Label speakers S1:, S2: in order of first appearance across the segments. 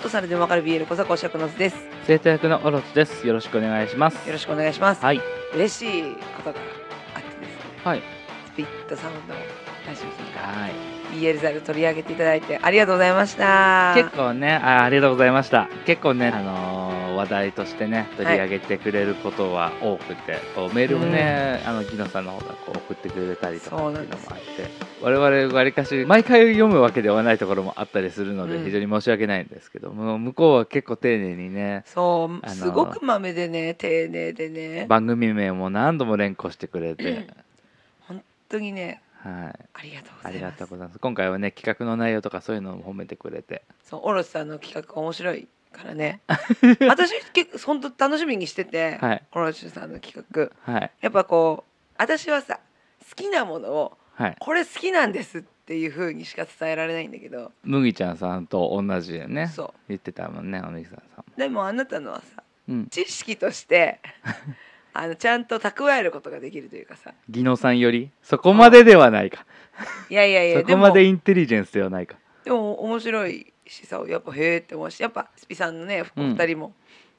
S1: とされでもわかる BL 小坂おしゃくのずです。
S2: 生徒役のオロチです。よろしくお願いします。
S1: よろしくお願いします。
S2: はい。
S1: 嬉しいことがあってですね、
S2: はい。
S1: スピットサウンドラジオさんか
S2: はい。
S1: ら BL ザル取り上げていただいてありがとうございました。
S2: 結構ねあ、ありがとうございました。結構ね、あのー話題としてね、取り上げてくれることは多くて、こうメールもね、あの、ギノさんの方がこう送ってくれたりとか
S1: そう
S2: って
S1: ないん
S2: う
S1: で
S2: のも
S1: す
S2: あって、我々わりかし、毎回読むわけではないところもあったりするので、
S1: うん
S2: 非常に申し訳ないんですけども、向こうは結構丁寧にね、
S1: そう、
S2: あのー
S1: すごくまめでね、丁寧でね、本
S2: 番組名も何度も連呼してくれて、
S1: 当にね、
S2: はい。
S1: ありがとうご
S2: あ
S1: ざ
S2: り
S1: い
S2: が
S1: ます
S2: とう。ございます。今回はね、企画の内容とかそういうのも褒めてくれて。
S1: そう、オロチさんの企画面白いから ね。私結構本当楽しみにしてて、
S2: はい
S1: オロチさんの企画。
S2: はい。
S1: やっぱこう私はさ好きなものを
S2: はい。
S1: これ好きなんですっていう風にしか伝えられないんだけど、
S2: 麦ちゃんさんと同じよね。
S1: そ
S2: 言ってたもんね、お兄さんさんも。
S1: うでもあなたのはさ
S2: うん。
S1: 知識として あのちゃんと蓄えることができるというかさ
S2: 技能さんより、そこまでではないか。
S1: いやいやいや
S2: そこまでインテリジェンスではないか。
S1: でも面白いしさやっぱへえって思うしやっぱスピさんのねお
S2: うん
S1: 二人も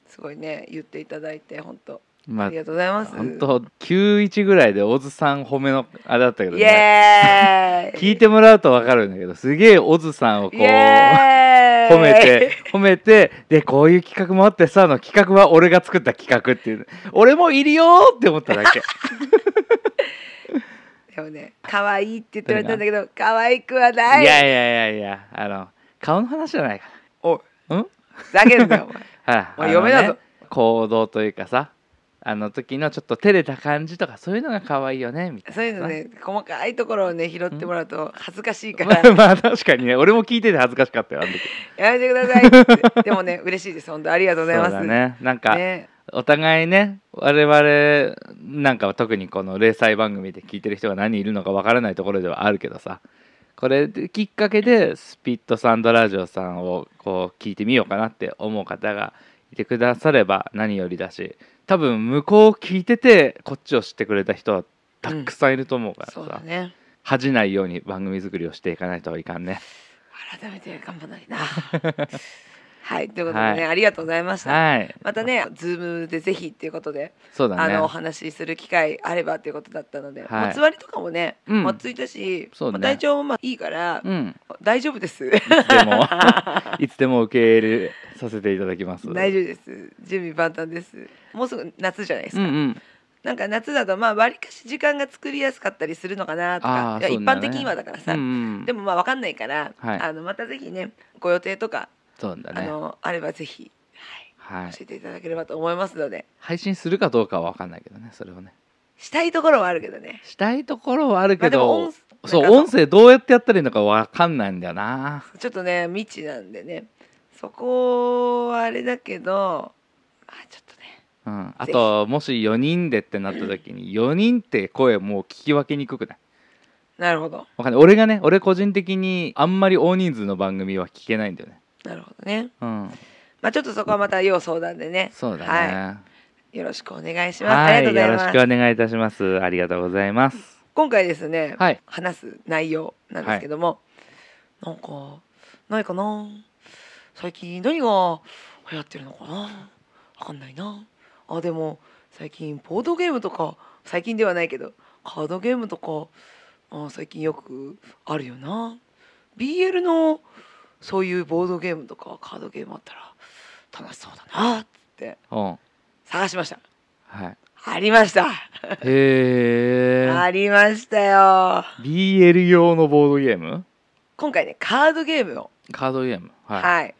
S1: すごいね、言っていただいて本当
S2: ま
S1: あ
S2: あ
S1: り、がとうございます。
S2: 本当九91ぐらいで小津さん褒めの、あれだったけど
S1: イ
S2: ね。
S1: エーイ
S2: 聞いてもらうとわかるんだけど、すげえ小津さんをこう、
S1: イ
S2: 褒
S1: エーイ
S2: めて、褒めて、で、こういう企画もあってさ、の企画は俺が作った企画っていう。俺もいるよーって思っただけ。
S1: でもね可愛いって言って言われたんだけど可愛く はない
S2: いやいやいやいや、あの、顔の話じゃないか
S1: おい
S2: ら。ん
S1: ふざけんなよお前
S2: はい、
S1: お
S2: あ
S1: 前
S2: の
S1: 嫁だぞ
S2: ね行動というかさ、あの時のちょっと照れた感じとか、そういうのが可愛いよね、みたいな。
S1: そういうのね細かいところをね拾ってもらうと恥ずか しいか
S2: ま
S1: ら
S2: あ。まあ確かにね、俺も聞いてて恥ずかしかったよ、あの時。
S1: やめてくださいってでもね 嬉しいです本当ありがとうございます
S2: そうだね。なんか、
S1: ね
S2: お互いね、我々なんかは特にこの零細番組で聞いてる人が何人いるのかわからないところではあるけどさ、これできっかけでスピットサンドラジオさんをこう聞いてみようかなって思う方がいてくだされば何よりだし、多分向こうを聞いててこっちを知ってくれた人はたくさんいると思うからさ、
S1: そうだね
S2: 恥じないように番組作りをしていかないといかんね。
S1: 改めて頑張らないな はいということで
S2: はい
S1: ねありがとうございました
S2: はい。
S1: またねズームでぜひっていうことで
S2: そうだ
S1: あ
S2: ね
S1: のお。話しする機会あればということだったので
S2: はい
S1: もつ割りとかもね
S2: うん
S1: もついたし
S2: そう
S1: ま
S2: ね
S1: あ体調もまあいいから
S2: うん。
S1: 大丈夫 です
S2: でもいつでも受け入れさせていただきます。
S1: 大丈夫です準備万端ですもうすぐ夏じゃないですか、
S2: うんうん。
S1: なんか夏だとまあ割かし時間が作りやすかったりするのかなとか
S2: あー
S1: いや
S2: そ
S1: 一
S2: うだ
S1: 般
S2: ね
S1: 的にはだからさ、
S2: うんうん
S1: でもまあわかんないから、
S2: はい
S1: あのまたぜひねご予定とか、
S2: そうだ
S1: あ
S2: ね。
S1: のあればぜひ、
S2: は
S1: はい、教
S2: い。
S1: えていただければと思いますので
S2: 配信するかどうかは分かんないけどね、それをね。
S1: したいところはあるけどね
S2: したいところはあるけど、
S1: まあでも音
S2: そう
S1: なんか
S2: 音声どうやってやったらいいのか分かんないんだよな。
S1: ちょっとね未知なんでねそこはあれだけどあちょっとね
S2: うん。あともし4人でってなった時に4人って声もう聞き分けにくくない。
S1: なるほど
S2: わかんない。俺がね、俺個人的にあんまり大人数の番組は聞けないんだよね。
S1: なるほどね
S2: うん。
S1: まあちょっとそこはまた要相談でね
S2: そうだ
S1: はい
S2: ね。
S1: よろしくお願いします。
S2: は
S1: ありがとう
S2: い、
S1: ござ
S2: よ
S1: い
S2: ろ
S1: ま
S2: し
S1: す
S2: く。お願いいたします。ありがとうございます。
S1: 今回ですね、
S2: はい
S1: 話す内容なんですけども、なんかないかな。最近何が流行ってるのかな。わかんないな。あでも最近ボードゲームとか最近ではないけどカードゲームとかあ最近よくあるよな。BL のそういうボードゲームとかカードゲームあったら楽しそうだなって
S2: うん。
S1: 探しました。
S2: はい。
S1: ありました。
S2: へえ。
S1: ありましたよ。
S2: BL 用のボードゲーム
S1: 今回ねカードゲームを
S2: カードゲーム
S1: はい、
S2: はい。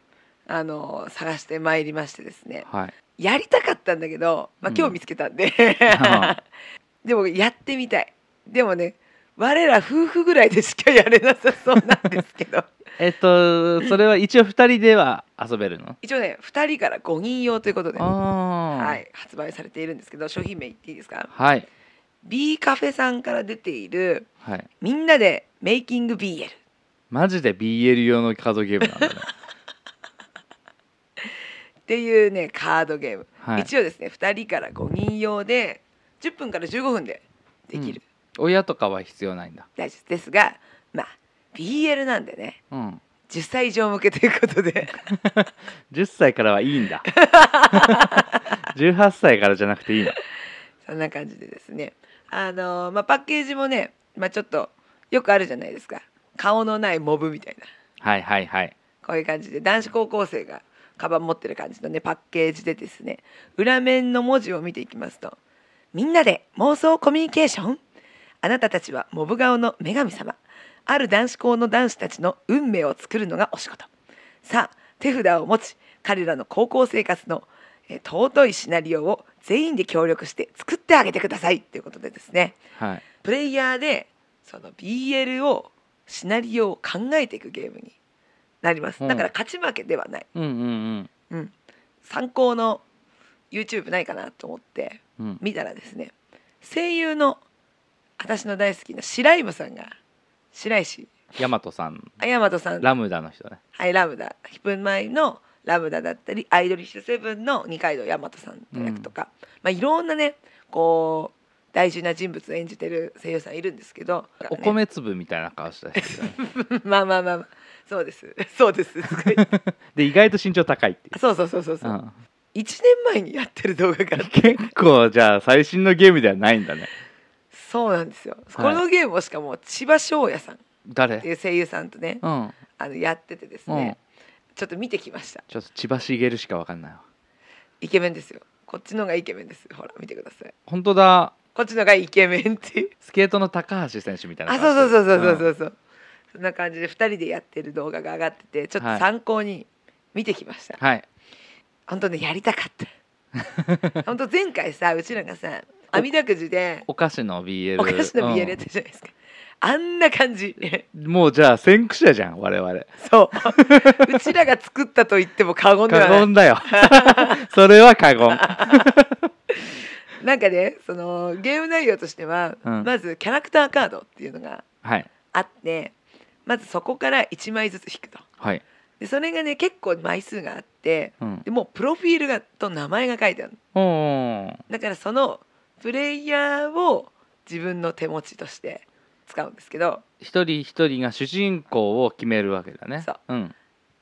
S1: あの探してまいりましてですね
S2: はい。
S1: やりたかったんだけど、まあ
S2: う、ん
S1: 今日見つけたんで、
S2: あ
S1: でもやってみたいでもね我ら夫婦ぐらいでしかやれなさそうなんですけど
S2: えっと、それは一応二人では遊べるの
S1: 一応ね2人から5人用ということで、は
S2: ああ。。
S1: い、発売されているんですけど商品名言っていいですか
S2: はい。
S1: B カフェさんから出ている
S2: はい。
S1: 「みんなでメイキング BL」
S2: マジで BL 用のカードゲームなん だね。
S1: っていうねカードゲーム、
S2: はい
S1: 一応ですね2人から5人用で10分から15分でできる、
S2: 親とかは必要ないんだ。
S1: 大丈夫ですがまあ BL なんでね
S2: うん。
S1: 10歳以上向けということで
S2: 10歳からはいいんだ18歳からじゃなくていいの
S1: そんな感じでですねあのーまあ、パッケージもね、まあ、ちょっとよくあるじゃないですか顔のないモブみたいな
S2: はいはいはい
S1: こういう感じで男子高校生がカバン持ってる感じのねパッケージでですね裏面の文字を見ていきますと「みんなで妄想コミュニケーションあなたたちはモブ顔の女神様ある男子校の男子たちの運命を作るのがお仕事」さあ手札を持ち彼らの高校生活のえー尊いシナリオを全員で協力して作ってあげてくださいということでですね
S2: はい
S1: プレイヤーでその BL をシナリオを考えていくゲームになります
S2: うん
S1: だから勝ち負けではない
S2: うんうん
S1: 参考の YouTube ないかなと思って
S2: うんうん
S1: 見たらですね声優の私の大好きな白井さんが白石
S2: 大和さん
S1: あやまとさん
S2: ラムダの人ね
S1: はいラムダヒプマイのラムダだったりアイドリッシュセブンの二階堂大和さんの役とか、まあ、いろんなねこう大事な人物を演じてる声優さんいるんですけど、
S2: お米粒みたいな顔した人だね
S1: まあまあまあまあそうです そうですすごい
S2: で意外と身長高いっていう
S1: そうそうそうそうそう、
S2: うん
S1: 1年前にやってる動画から
S2: 結構じゃあ最新のゲームではないんだね
S1: そうなんですよ、
S2: は
S1: こ
S2: い
S1: のゲームをしかも千葉翔也さんって
S2: 誰
S1: いう声優さんとね
S2: うん
S1: あのやっててですね、ちょっと見てきました
S2: ちょっと千葉茂しかわかんないわ
S1: イケメンですよこっちのがイケメンですほら見てください
S2: 本当だ
S1: こっちのがイケメンっていう
S2: スケートの高橋選手みたいな
S1: あ
S2: 顔
S1: そうそうそうそうそう
S2: う
S1: そうそう、そんな感じで2人でやってる動画が上がっててちょっ
S2: は
S1: と
S2: い
S1: 参考に見てきました、
S2: んはい
S1: 本当ねやりたかった 本当前回さうちらがさあみだくじで
S2: お菓子の BL
S1: お菓子の BL やったじゃないですか、あんな感じ
S2: うんもうじゃあ先駆者じゃん我々
S1: そううち らが作ったと言っても過言では
S2: 過
S1: ない
S2: 言だよそれは過言
S1: なんかねそのゲーム内容としては、
S2: うん
S1: まずキャラクターカードっていうのが
S2: はい
S1: あってまずそこから1枚ずつ引くと
S2: はい
S1: でそれがね結構枚数があって
S2: うん
S1: でもうプロフィールがと名前が書いてあるの
S2: おー
S1: だからそのプレイヤーを自分の手持ちとして使うんですけど
S2: 一人一人が主人公を決めるわけだね
S1: そう
S2: うん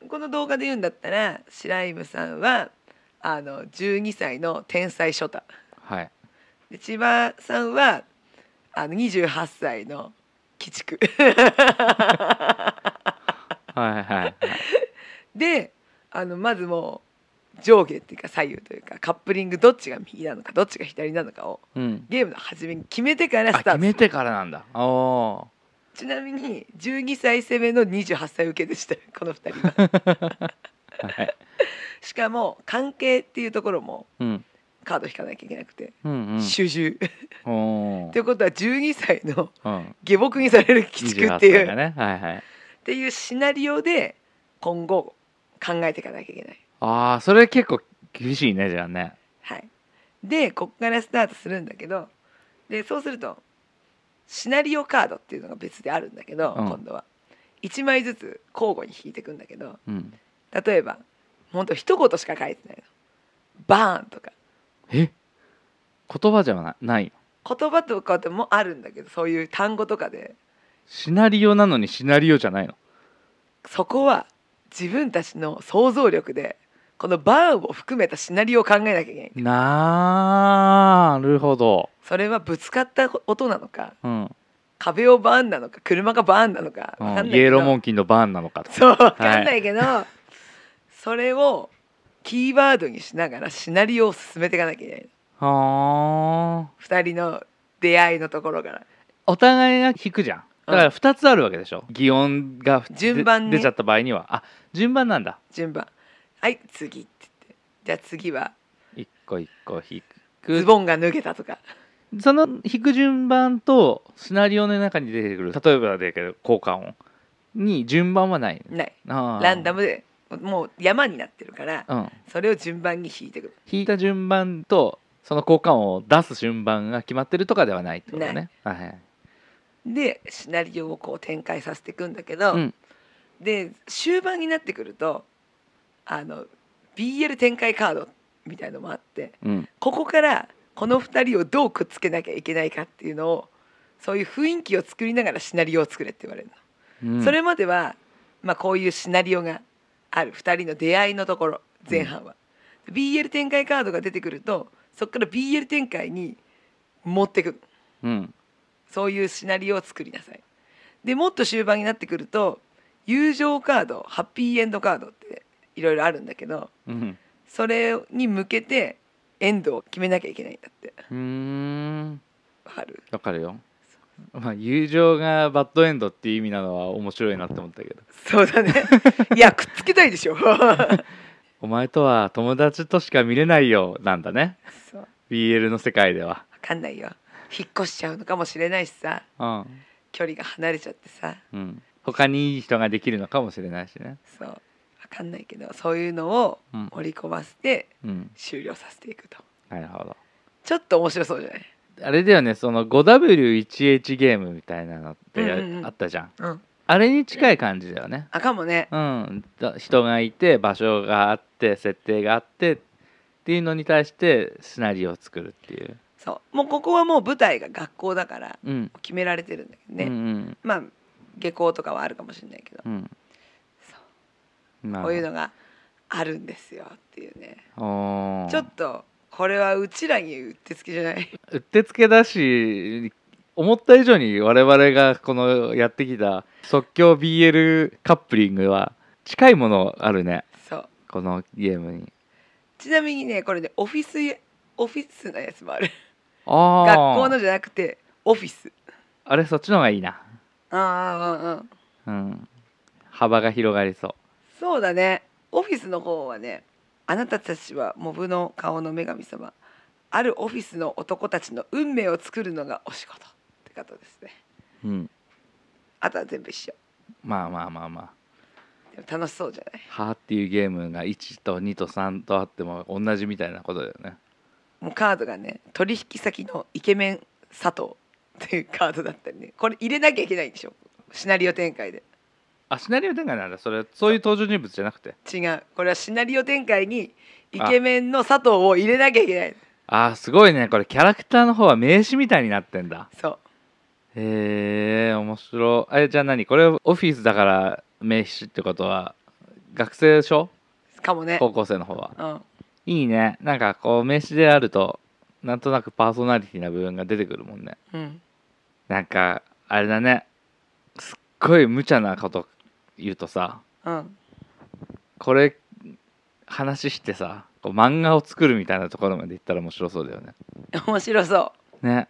S1: この動画で言うんだったらシライムさんはあの12歳の天才ショタ
S2: はい
S1: で千葉さんはあの28歳の鬼畜
S2: はいはい
S1: であのまずもう上下っていうか左右というかカップリングどっちが右なのかどっちが左なのかを
S2: うん
S1: ゲームの初めに決めてから
S2: あ
S1: スタ
S2: 決
S1: ー
S2: め
S1: ト
S2: てからなんだおお
S1: ちなみに12歳攻めの28歳受けでしたこの2人 は
S2: ーはい
S1: しかも関係っていうところも
S2: うん
S1: カード引かなきゃいけなくて
S2: うん
S1: 主従
S2: うんお
S1: とい
S2: ー
S1: うことは12歳の
S2: うん
S1: 下僕にされる鬼畜ってい
S2: 28歳
S1: う、
S2: がねはいはい
S1: っていうシナリオで今後考えていかなきゃいけない。
S2: ああそれ結構厳しいねじゃあね
S1: はい、でここからスタートするんだけどでそうするとシナリオカードっていうのが別であるんだけど、
S2: うん
S1: 今度は1枚ずつ交互に引いていくんだけど
S2: うん
S1: 例えばほんと一言しか書いてないの「バーン」とか
S2: え言葉じゃなない
S1: 言葉とかでもあるんだけどそういう単語とかで
S2: シナリオなのにシナリオじゃないの
S1: そこは自分たちの想像力でこの「バーン」を含めたシナリオを考えなきゃいけない
S2: なるほど
S1: それはぶつかった音なのか
S2: うん
S1: 壁をバーンなのか車がバーンなのか
S2: う
S1: わかんないけ
S2: ん
S1: ど、
S2: イエローモンキーのバーンなのかと
S1: そうわかんないけど、それをキーワードにしながらシナリオを進めていかなきゃいけない
S2: はあ
S1: 2人の出会いのところから
S2: お互いが引くじゃんだから2つあるわけでしょ擬音が
S1: 順番ね
S2: で出ちゃった場合にはあ順番なんだ
S1: 順番はい次って言ってじゃあ次は
S2: 一個一個引
S1: ズ
S2: く
S1: ボンが脱げたとか
S2: その引く順番とシナリオの中に出てくる例えばだけど効果音に順番はない
S1: ないラ
S2: ラ
S1: ンダムでもう山になってるから
S2: うん
S1: それを順番に引いてく
S2: 引いた順番とその交換音を出す順番が決まってるとかではないってことね。はいはい、
S1: るでシナリオをこう展開させていくんだけど、
S2: うん
S1: で終盤になってくるとあの BL 展開カードみたいのもあって
S2: うん、
S1: ここからこの2人をどうくっつけなきゃいけないかっていうのをそういう雰囲気を作りながらシナリオを作れって言われるの、
S2: うん
S1: それまではまあ、こういうシナリオがある2人の出会いのところ前半は、BL 展開カードが出てくるとそこから BL 展開に持ってく
S2: うん
S1: そういうシナリオを作りなさいでもっと終盤になってくると友情カードハッピーエンドカードっていろいろあるんだけど
S2: うん
S1: それに向けてエンドを決めなきゃいけないんだって
S2: うーん
S1: わかる
S2: わかるよまあ友情がバッドエンドっていう意味なのは面白いなって思ったけど
S1: そうだ ねいやくっつけたいで しょ
S2: お前とは友達としか見れないよなんだね
S1: そうわ
S2: BL の世界では
S1: かんないよ引っ越しちゃうのかもしれないしさ
S2: うん、
S1: 距離が離れちゃってさ
S2: うん、他にいい人ができるのかもしれないしね
S1: そうわかんないけどそういうのを
S2: うん、
S1: 盛り込ませて
S2: うん、
S1: 終了させていくと
S2: なるほど
S1: ちょっと面白そうじゃない
S2: あれだよねその 5W1H ゲームみたいなのって
S1: うんうんうん
S2: あったじゃん、
S1: うん
S2: あれに近い感じだよね
S1: あかもね
S2: うんだ人がいて場所があって設定があってっていうのに対してシナリオを作るっていう、
S1: そうもうここはもう舞台が学校だから
S2: うん、
S1: 決められてるんだけどね、
S2: うんうん
S1: まあ下校とかはあるかもしれないけど、
S2: うん
S1: そ
S2: なる
S1: こ
S2: ほ
S1: ういう
S2: ど
S1: のがあるんですよっていうね、
S2: おー
S1: ちょっとこれはうちらにうってつけじゃないう
S2: ってつけだし思った以上に我々がこのやってきた即興 BL カップリングは近いものあるね
S1: そう
S2: このゲームに
S1: ちなみにねこれねオフィスオフィスのやつもある
S2: あ
S1: 学
S2: あ
S1: 校のじゃなくてオフィス
S2: あれそっちの方がいいな
S1: ああうんうん
S2: うん幅が広がりそ
S1: そうだねオフィスの方はねあなたたちはモブの顔の女神様あるオフィスの男たちの運命を作るのがお仕事ってことですね
S2: ううん
S1: あとは全部一緒
S2: まあまあまあまあ
S1: でも楽しそうじゃない
S2: 「は」っていうゲームが1と2と3とあっても同じみたいなことだよね
S1: もうカードがね取引先のイケメン佐藤っていうカードだったりねこれ入れなきゃいけないんでしょシナリオ展開で
S2: あシナリオ展開なんだそれそういう登場人物じゃなくて
S1: 違うこれはシナリオ展開にイケメンの佐藤を入れなきゃいけない
S2: あーすごいねこれキャラクターの方は名刺みたいになってんだ
S1: そう
S2: へえ面白いえじゃあ何これオフィスだから名刺ってことは学生でしょ
S1: かもね
S2: 高校生の方は
S1: うん
S2: いいねなんかこう名刺であるとなんとなくパーソナリティな部分が出てくるもんね
S1: うん
S2: なんかあれだねすっごい無茶なこと言うとさ
S1: うん
S2: これ話してさこう漫画を作るみたいなところまでいったら面白そうだよね
S1: 面白そう
S2: ね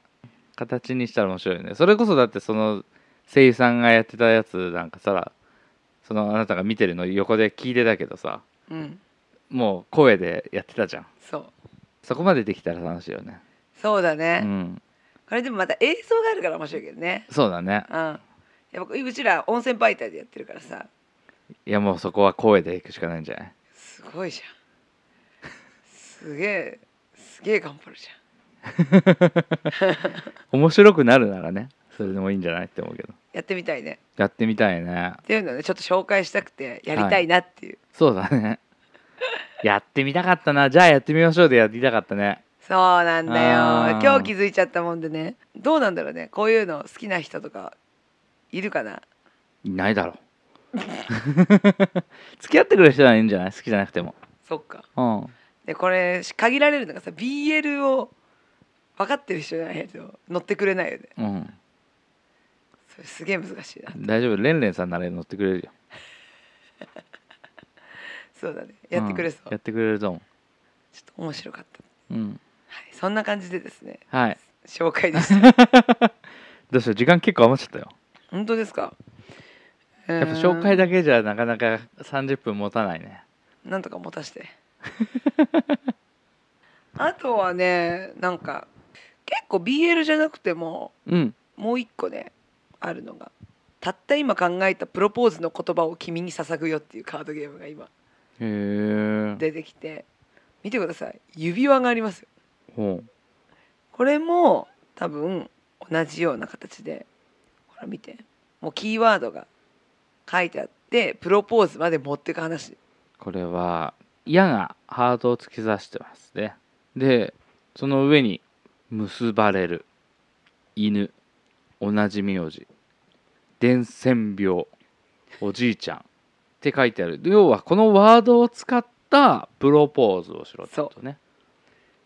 S2: 形にしたら面白いよねそれこそだってその声優さんがやってたやつなんかさそのあなたが見てるの横で聞いてたけどさ
S1: うん
S2: もう声でやってたじゃん
S1: そう
S2: そこまでできたら楽しいよね
S1: そうだ
S2: う
S1: ね、
S2: ん
S1: これでもまた映像があるから面白いけどね
S2: そうだね
S1: うんやっぱうちら温泉媒体でやってるからさ
S2: いやもうそこは声でいくしかないんじゃない
S1: すごいじゃんすげえすげえ頑張るじゃん
S2: 面白くなるならねそれでもいいんじゃないって思うけど
S1: やってみたいね
S2: やってみたいね
S1: っていうのをねちょっと紹介したくてやりたいなっていう、
S2: そうだねやってみたかったなじゃあやってみましょうでやってみたかったね
S1: そうなんだ
S2: あ
S1: よ
S2: ー
S1: 今日気づいちゃったもんでねどうなんだろうねこういうの好きな人とかいるかない
S2: ないだろ 付き合ってくれる人はいいんじゃない好きじゃなくても
S1: そっか
S2: うん
S1: でこれ限られるのがさ BL を分かってる人じゃないと乗ってくれないよね
S2: うん
S1: それすげえ難しいな
S2: 大丈夫レンレンさんなら乗ってくれるよ
S1: そうだねやってくれそう、
S2: んやってくれると思
S1: ちょっと面白かった、
S2: ううん
S1: はい、そんな感じでですね
S2: はい
S1: 紹介でした
S2: どうしよう時間結構余っちゃったよ
S1: 本当ですかや
S2: やっぱ紹介だけじゃなかなか30分持たないね
S1: なんとか持たして あとはねなんか結構 BL じゃなくても
S2: うん
S1: もう一個ねあるのが「たった今考えたプロポーズの言葉を君に捧ぐよ」っていうカードゲームが今
S2: へえ
S1: 出てきて見てください指輪がありますよ
S2: ほう
S1: これも多分同じような形でほら見てもうキーワードが書いてあってプロポーズまで持ってく話
S2: これは矢がハートを突き刺してますねでその上に「結ばれる」「犬」「同じ名字」「伝染病」「おじいちゃん」って書いてある要はこのワードを使ったプロポーズをしろってことね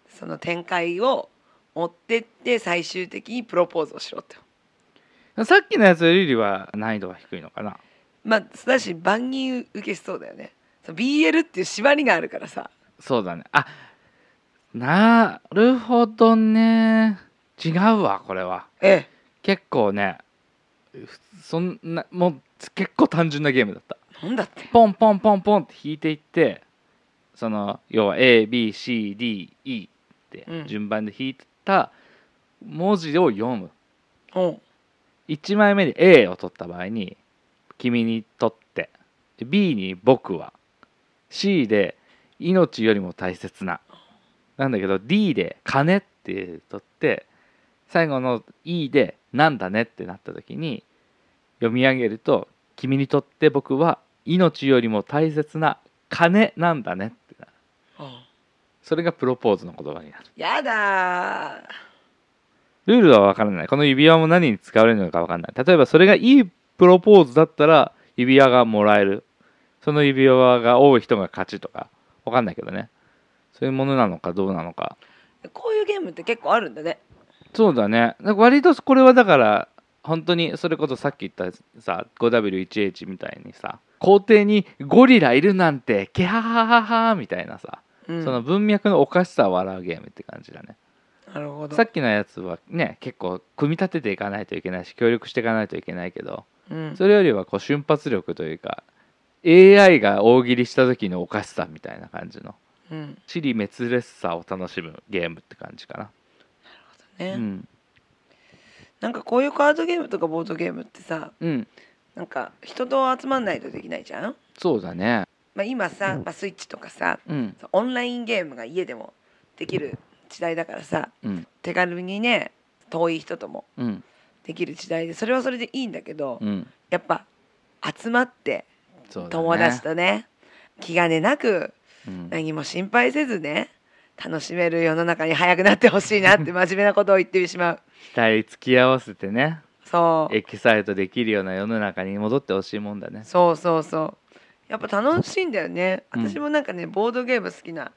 S1: その展開を持ってって最終的にプロポーズをしろって
S2: さっきのやつよりは難易度は低いのかな
S1: まあだし万人受けしそうだよねその BL っていう縛りがあるからさ
S2: そうだねあなるほどね違うわこれは
S1: ええ
S2: 結構ねふそんなもう結構単純なゲームだった
S1: なんだって
S2: ポンポンポンポンって引いていってその要は ABCDE って
S1: うん
S2: 順番で引いた文字を読む
S1: おう
S2: 1枚目で A を取った場合に「君にとって」で B に「僕は」C で「命よりも大切な」なんだけど D で「金」って取って最後の E で「なんだね」ってなった時に読み上げると「君にとって僕は命よりも大切な金なんだね」ってなる
S1: おう
S2: それがプロポーズの言葉になる
S1: やだー
S2: ルールは分からない。この指輪も何に使われるのか分からない。例えばそれがいいプロポーズだったら指輪がもらえる。その指輪が多い人が勝ちとか分かんないけどね。そういうものなのかどうなのか。
S1: こういうゲームって結構あるんだね
S2: そうだね。なんか割とこれはだから本当にそれこそさっき言ったさ 5W1H みたいにさ校庭にゴリラいるなんてキハハハハみたいなさ、
S1: うん
S2: その文脈のおかしさを笑うゲームって感じだね。
S1: なるほど
S2: さっきのやつはね結構組み立てていかないといけないし協力していかないといけないけど
S1: うん
S2: それよりはこう瞬発力というか AI が大喜利した時のおかしさみたいな感じの
S1: うん
S2: 地理滅裂さを楽しむゲームって感じか
S1: ね
S2: なうん
S1: なんかこういうカードゲームとかボードゲームってさ
S2: うん
S1: なんか人と集まんないとできないじゃん、
S2: そうだね
S1: まあ、今さ、まあ、スイッチとかさ
S2: うん
S1: オンラインゲームが家でもできる時代だからさ
S2: うん
S1: 手軽にね遠い人とも
S2: うん
S1: できる時代でそれはそれでいいんだけど、
S2: うん
S1: やっぱ集まって
S2: そうだね
S1: 友達とね気兼ねなく
S2: うん
S1: 何も心配せずね楽しめる世の中に早くなってほしいなって 真面目なことを言ってしまう
S2: 期待付き合わせてね
S1: そう
S2: エキサイトできるような世の中に戻ってほしいもんだね
S1: そうそうそうやっぱ楽しいんだよね
S2: うん
S1: 私もなんかねボードゲーム好きな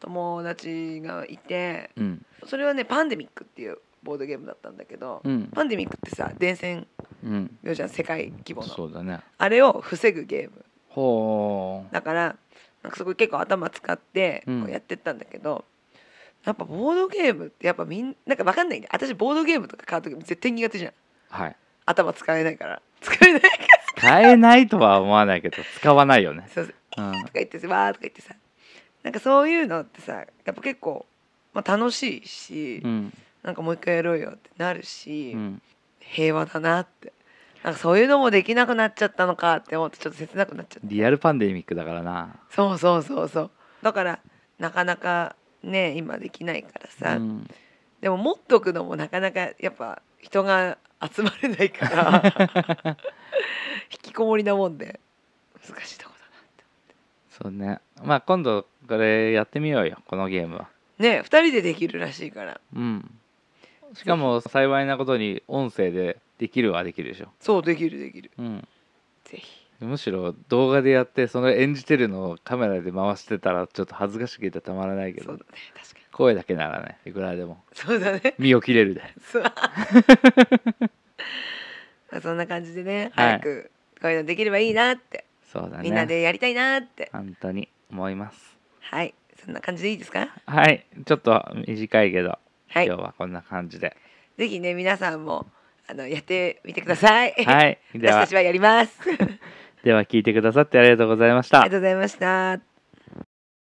S1: 友達がいて
S2: うん
S1: それはねパンデミックっていうボードゲームだったんだけど、
S2: うん
S1: パンデミックってさ伝染
S2: うん
S1: 病じゃん世界規模の
S2: そうだね
S1: あれを防ぐゲーム
S2: ほう
S1: だからなんかすごい結構頭使って
S2: うん
S1: こうやってったんだけど、やっぱボードゲームってやっぱみんなんかわかんないんだよ私ボードゲームとかカードゲーム絶対苦手じゃん
S2: はい
S1: 頭使えないから使えない から
S2: 変えないとは思わないけど使わないよね、
S1: そうそう
S2: うん、
S1: とか言ってさわーとか言ってさなんかそういうのってさやっぱ結構、まあ、楽しいし、
S2: うん
S1: なんかもう一回やろうよってなるし、
S2: うん
S1: 平和だなってなんかそういうのもできなくなっちゃったのかって思ってちょっと切なくなっちゃった
S2: リアルパンデミックだからな
S1: そうそうそうそうだからなかなかね今できないからさ、
S2: うん
S1: でも持っとくのもなかなかやっぱ人が集まれないから 引きこもりなもんで難しいとこだなって
S2: そうねまあ今度これやってみようよこのゲームは
S1: ねえ2人でできるらしいから
S2: うんしかも幸いなことに音声でできるはできるでしょ、
S1: そうできるできる
S2: うん、
S1: ぜひ
S2: むしろ動画でやってその演じてるのをカメラで回してたらちょっと恥ずかしくてたまらないけ
S1: そう
S2: ど
S1: だね確かに
S2: 声だけならねいくらでも
S1: そうだね
S2: 身を切れるで
S1: そう まあそんな感じでね
S2: はい
S1: 早くこういうのできればいいなって、
S2: そうだね
S1: みんなでやりたいなって
S2: 本当に思います
S1: はいそんな感じでいいですか
S2: はいちょっと短いけど、
S1: はい
S2: 今日はこんな感 じで
S1: ぜひね皆さんもあのやってみてください。
S2: はい で
S1: 私
S2: は
S1: たちはやります。あり
S2: では聞いてくださってありがとうございました
S1: がとうございました。